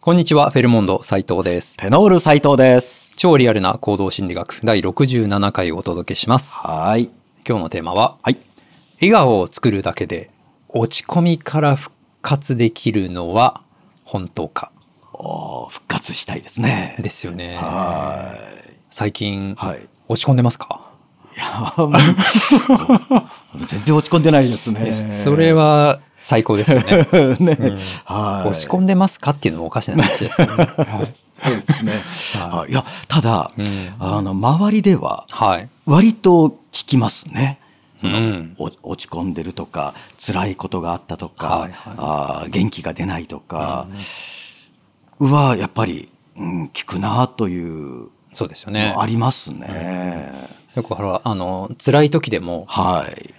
こんにちは、フェルモンド斉藤です。テノール斉藤です。超リアルな行動心理学第67回をお届けします。はーい。今日のテーマは、はい。笑顔を作るだけで落ち込みから復活できるのは本当かおー復活したいですね。ですよね。は最近、ーい。はい。落ち込んでますか、いやーもう全然落ち込んでないですね。それ。は最高ですよね。ね、うんはい。落ち込んでますかっていうのもおかしな話ですよね。 そうですね。はい。いや、ただ、うんあの、周りでは、はい。割と聞きますね。うそのん。お落ち込んでるとか辛いことがあったとか、はいはいあー元気が出ないとか、はやっぱり、うん、聞くなというそうですよねの。ありますね。よくほら、あの、辛い時でも、はい。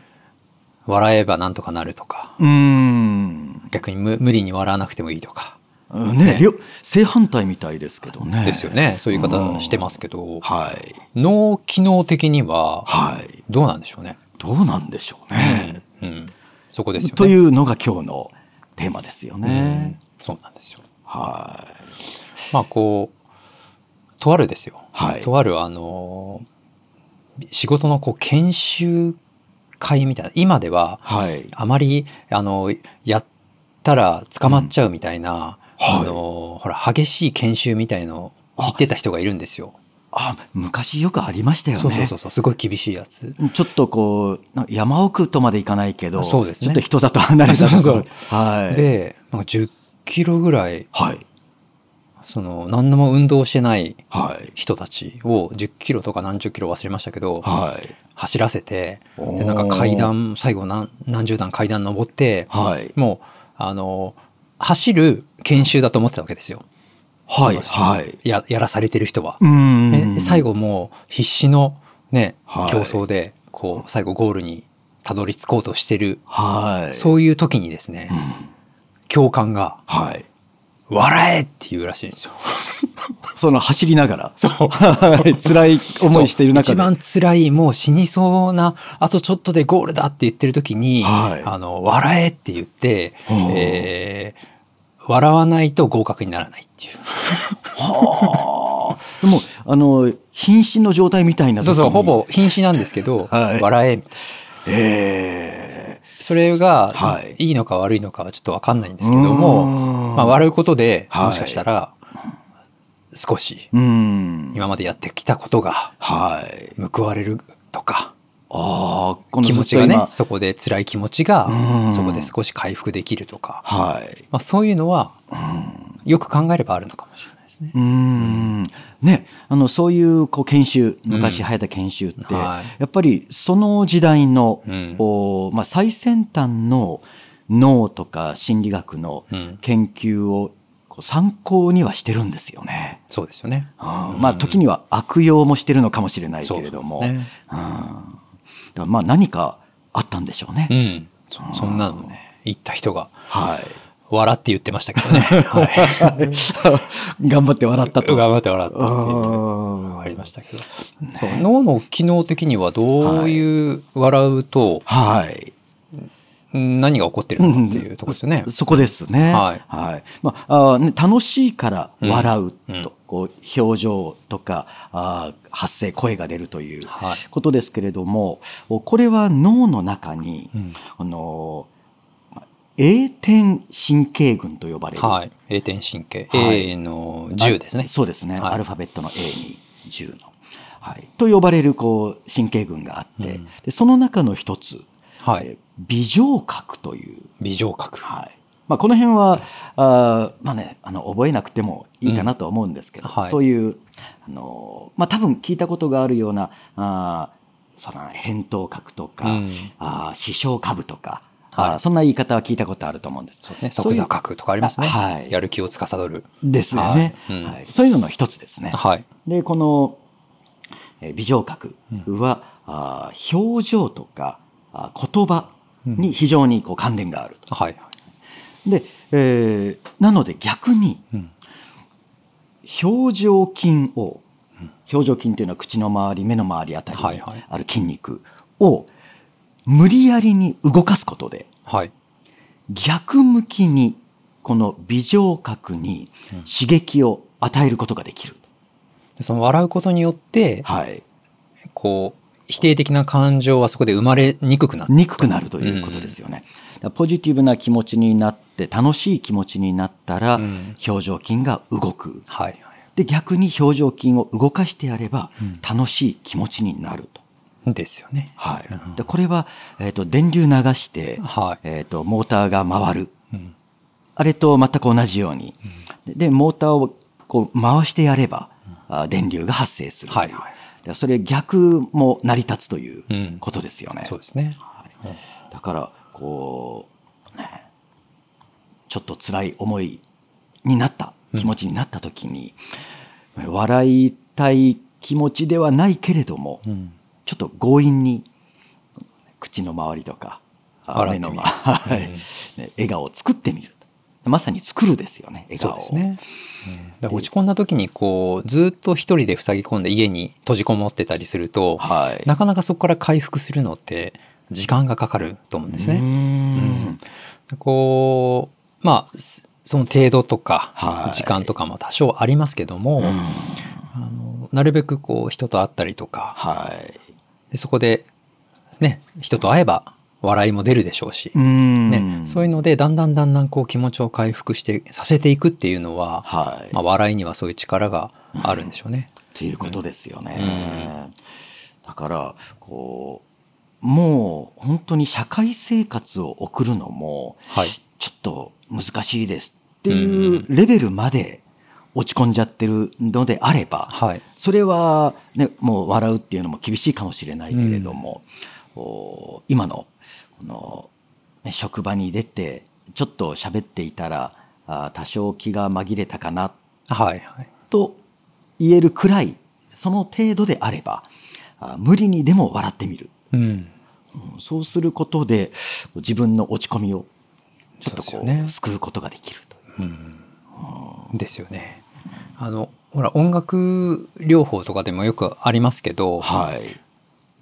笑えばなんとかなるとか、うーん。逆に無無理に笑わなくてもいいとか、ね、りょ正反対みたいですけどね。ですよ。ね。そういう言い方してますけど、はい。脳機能的には、はい。どうなんでしょうね。どうなんでしょうね。うん。そこですよね。というのが今日のテーマですようんね。そうなんですよ。はい。まあ、こう、とあるですよ。はい。とある、あの、仕事のこう研修会みたいな、今では、はい。あまりあのやったら捕まっちゃうみたいな、うんはいあのほら激しい研修みたいの言ってた人がいるんですよ。あ、昔よくありましたよね。そうそうそうそうすごい厳しいやつ。ちょっとこうな山奥とまで行かないけど、そうですねちょっと人里離れたところそうそうはい、でなんか10キロぐらいはい、その何にも運動してないはい、人たちを10キロとか何十キロ忘れましたけど、はい、走らせておでーなんか階段最後何何十段階段登って、はい、もうあの走る研修だと思ってたわけですよ。はい、そのはい、ややらされてる人は。うーえん、最後もう必死のね、はい競争でこう最後ゴールにたどり着こうとしてる、はい、う、そういう時にですね、教官がはい、 「笑え!」って言うらしいんですよ。その走りながら、そうはい辛い思いしている中一で、番辛いもう死にそうなあとちょっとでゴールだって言ってる時に「はいあの笑え!」って言って、おーえー笑わないと合格にならないっていう。はあ、でもあの瀕死の状態みたいな時そうにそうほ、ぼ瀕死なんですけど「 はい笑え!」みたいな。ええそれがはいいいのか悪いのかはちょっとわかんないんですけども、うーんまあ、笑うことではいもしかしたら少しうーん、今までやってきたことがはい、報われるとかああ、この気ず持っちとがね今そこで辛い気持ちがうんそこで少し回復できるとか、はい。まあ、そういうのはよく考えればあるのかもしれないですね。うーんね、あのそういうこう研修昔流行った研修って、はいやっぱりその時代の、うんおまあ、最先端の脳とか心理学のうん研究をこう参考にはしてるんですよね。そうですよね。うんまあ、時には悪用もしてるのかもしれないけれどもそうねうんだからまあ何かあったんでしょうね。うん、そそんなのね言った人がはい、 笑って言ってましたけどね。はい、頑張って笑ったと。頑張って笑ったっていう。うんありましたけど、そう脳の機能的にはどういう笑うとはい何が起こってるのかっていうところですよねそ。そこですね。はいまああーね楽しいから笑うと、うんうんこう表情とかあー発声声が出るというはいことですけれども、これは脳の中に、うんあのーまあ A 点神経群と呼ばれる、はい、A 点神経、はい A の10ですね。そうですね、はいアルファベットの A に10の、はい、と呼ばれるこう神経群があって、うんでその中の一つ、はいえー微情覚という微情覚。はいまあ、この辺はあーまあ、ね、あの覚えなくてもいいかなとは思うんですけど、うんはいそういうあのー、まあ、多分聞いたことがあるようなあーその扁桃核とか、うんあー視床株とか、はいあーそんな言い方は聞いたことあると思うんです。そうね、そう即いう座覚とかありますね。あはいやる気を司る。ですよね、はいうんはいそういうのの一つですね。はい。でこのえー微情覚は、あー表情とかあー言葉に非常にこう関連があると。はい。で、えーなので逆にうん表情筋を表情筋というのは口の周り目の周りあたりはいにはいある筋肉を無理やりに動かすことではい。逆向きにこの微情覚に刺激を与えることができる。その笑うことによって、はい。こう、否定的な感情はそこで生まれにくくなって。憎くなるということですよね。だからポジティブな気持ちになって、楽しい気持ちになったら、うん表情筋が動く。はい。で、逆に表情筋を動かしてやればうん、楽しい気持ちになると。ですよね。はうんい。で、これは、えっ、と、電流流して、はい。えっ、と、モーターが回る。うんあれと全く同じように。でで、モーターをこう回してやれば、あ電流が発生するという。はいはいだからそれ逆も成り立つといううんことですよね。そうですね。はいだから、こう、ね、ちょっと辛い思いになった、気持ちになった時に、笑いたい気持ちではないけれども、うんちょっと強引に口の周りとかあ洗っ目てみのる周り、はいね笑顔を作ってみるまさに作るですよね笑そう顔をですね。だから落ち込んだ時にこうずっと一人で塞ぎ込んで家に閉じこもってたりすると、はいなかなかそこから回復するのって時間がかかると思うんですうーね。んこうまあすその程度とか、はい時間とかも多少ありますけども、うんあのなるべくこう人と会ったりとかはいでそこで、ね、人と会えば笑いも出るでしょうし、うーんね、そういうのでだんだんだんだんこう気持ちを回復してさせていくっていうのは、はい、まあ、笑いにはそういう力があるんでしょうね。ということですよね、だからこうもう本当に社会生活を送るのも、はいちょっと難しいですっていうレベルまで落ち込んじゃってるのであれば、はい。それは、ね、もう笑うっていうのも厳しいかもしれないけれども、お今のこの、ね、職場に出てちょっと喋っていたらあー多少気が紛れたかなはい。はい。と言えるくらいその程度であればあー無理にでも笑ってみる、うん。うんそうすることで自分の落ち込みをちょっとそこううですよね救うことができると。ですよね。あの、ほら、音楽療法とかでもよくありますけど、はい、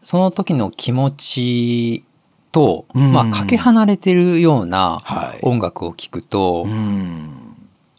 その時の気持ちと、うんまあ、かけ離れてるようなはい音楽を聴くと、うん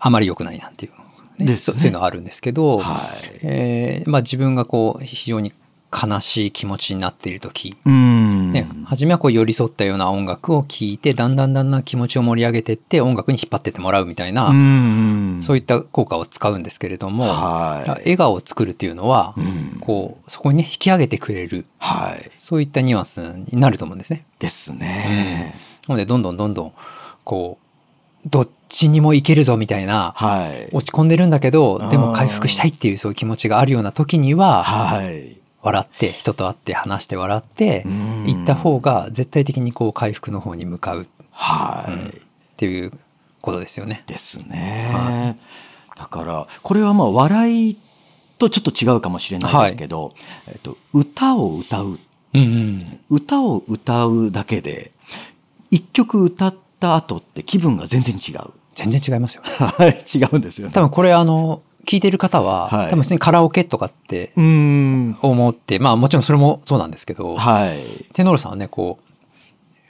あまり良くないなんていう、ですねそそういうのはあるんですけど、はいえーまあ、自分がこう、非常に悲しい気持ちになっている時、うんね、初めはこう寄り添ったような音楽を聴いて、だんだんだんだん気持ちを盛り上げてって、音楽に引っ張ってってもらうみたいな、うんそういった効果を使うんですけれども、はい。笑顔を作るというのは、うんこう、そこにね、引き上げてくれる、はい。そういったニュアンスになると思うんですね。ですね。なので、どんどんどんどん、こう、どっちにもいけるぞみたいな、はい。落ち込んでるんだけうど、んでも回復したいっていうそういう気持ちがあるような時には、はい。笑って、人と会って話して笑って、行った方が。が絶対的にこう回復の方に向かうっはていうことですよねい。。ですね。だから、これはまあ、笑いとちょっと違うかもしれないですけど、えっと、歌を歌う。うんうん。歌を歌うだけで、一曲歌った後って気分が全然違う。全然違いますよね。はい。 違うんですよね。多分これあの、聞いてる方は、はい多分普通にカラオケとかってうん。思って、まあもちろんそれもそうなんですけど、はい。テノールさんはね、こ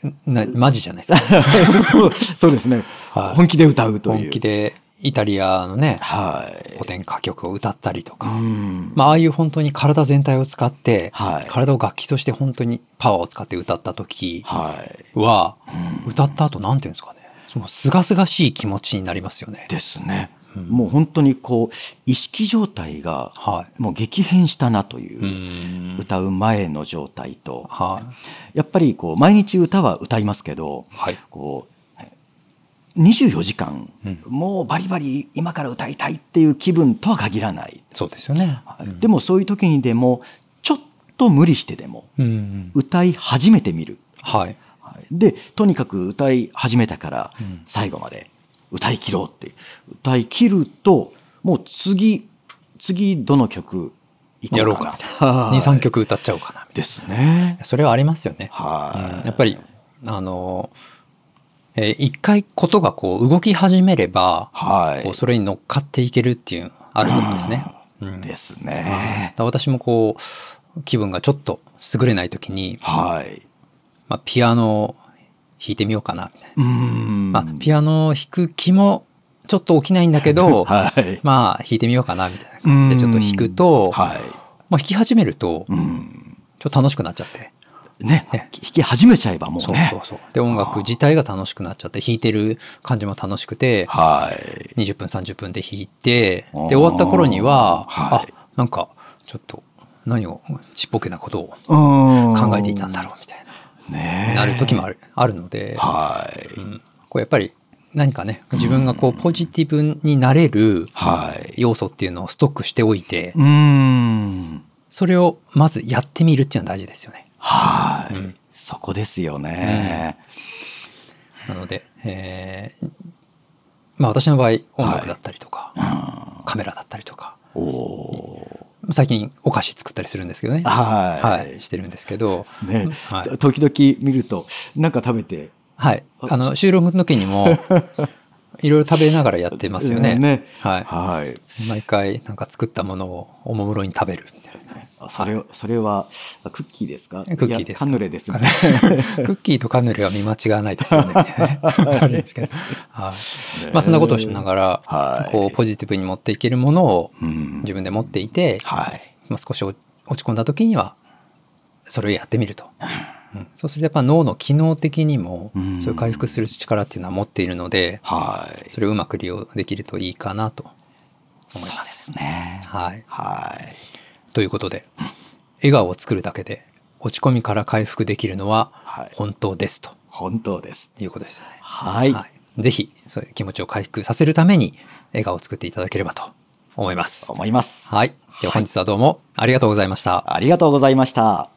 う、な、マジじゃないですか。 そうそうですね。はい本気で歌 うという。本気でイタリアのね、はい。古典歌曲を歌ったりとか、うんまあああいう本当に体全体を使って、はい体を楽器として本当にパワーを使って歌った時はい。は、歌った後なんていうんですかね、その清々しい気持ちになりますよね。ですね。うんもう本当にこう、意識状態がはもう激変したなとい。ういん。う、歌う前の状態と、はい。やっぱりこう、毎日歌は歌いますけど、はい。こう、24時間、うんもうバリバリ今から歌いたいっていう気分とは限らない。そうですよね。でもそういう時にでも、ちょっと無理してでも、うん。歌い始めてみる。はい。はいで、とにかく歌い始めたからうん、最後まで歌い切ろうって、歌い切ると、もう次、次どの曲行こうかな。やろうか はい23曲歌っちゃおうかなみたいですね。なそれはありますよね、はい、うんやっぱりあの、えー一回ことがこう動き始めれば、はい。こうそれに乗っかっていけるっていうのあると思うんですね、うんだかですね。ら私もこう気分がちょっと優れない時に、はい。まあ、ピアノを弾いてみようかなみたいな、うーん。まあ、ピアノを弾く気もちょっと起きないんだけど、 はい。まあ弾いてみようかなみたいな感じでちょっと弾くと、はい。まあ、弾き始めるとうん。ちょっと楽しくなっちゃって。ね、弾ねき始めちゃえばもうそうね。そうそう。で音楽自体が楽しくなっちゃって弾いてる感じも楽しくてはい。 20分30分で弾いてあーで終わった頃には、はいあなんかちょっと何をちっぽけなことを考考えていたんだろうみたいなう。ねなる時もある。る,、あるので、はい。うんこうやっぱり何かね自分がこうポジティブになれるはい。要素っていうのをストックしておいてうーん。それをまずやってみるっていうのは大事ですよね。はい、うんそこですよね。なので、えーまあ、私の場合音楽だったりとか、うん。カメラだったりとかおお最近お菓子作ったりするんですけどねー。、ははいい、。してるんですけど、ね、はい時々見ると、なんか食べて。はい、あの収録の時にもいろいろ食べながらやってますよね。うんねははい。い、毎回なんか作ったものをおもむろに食べるみたいなねあそれを、それは、あクッキーです かクッキーですかいやカヌレですね。クッキーとカヌレは見間違わないですよねみたいなねあるんですけど、はいまあ、そんなことをしながら、はいこうポジティブに持っていけるものをうん自分で持っていて、はい。まあ、少し落ち込んだ時にはそれをやってみると、うんそうするとやっぱ脳の機能的にもうんそういう回復する力っていうのは持っているのではい。それをうまく利用できるといいかなと思います。そうですね。はい、はい。ということで笑顔を作るだけで落ち込みから回復できるのははい本当ですと本当です。いうことですよね。はい。はい、ぜひそういう気持ちを回復させるために笑顔を作っていただければと思います。思います。はい、では本日はどうもありがとうございました。ありがとうございました。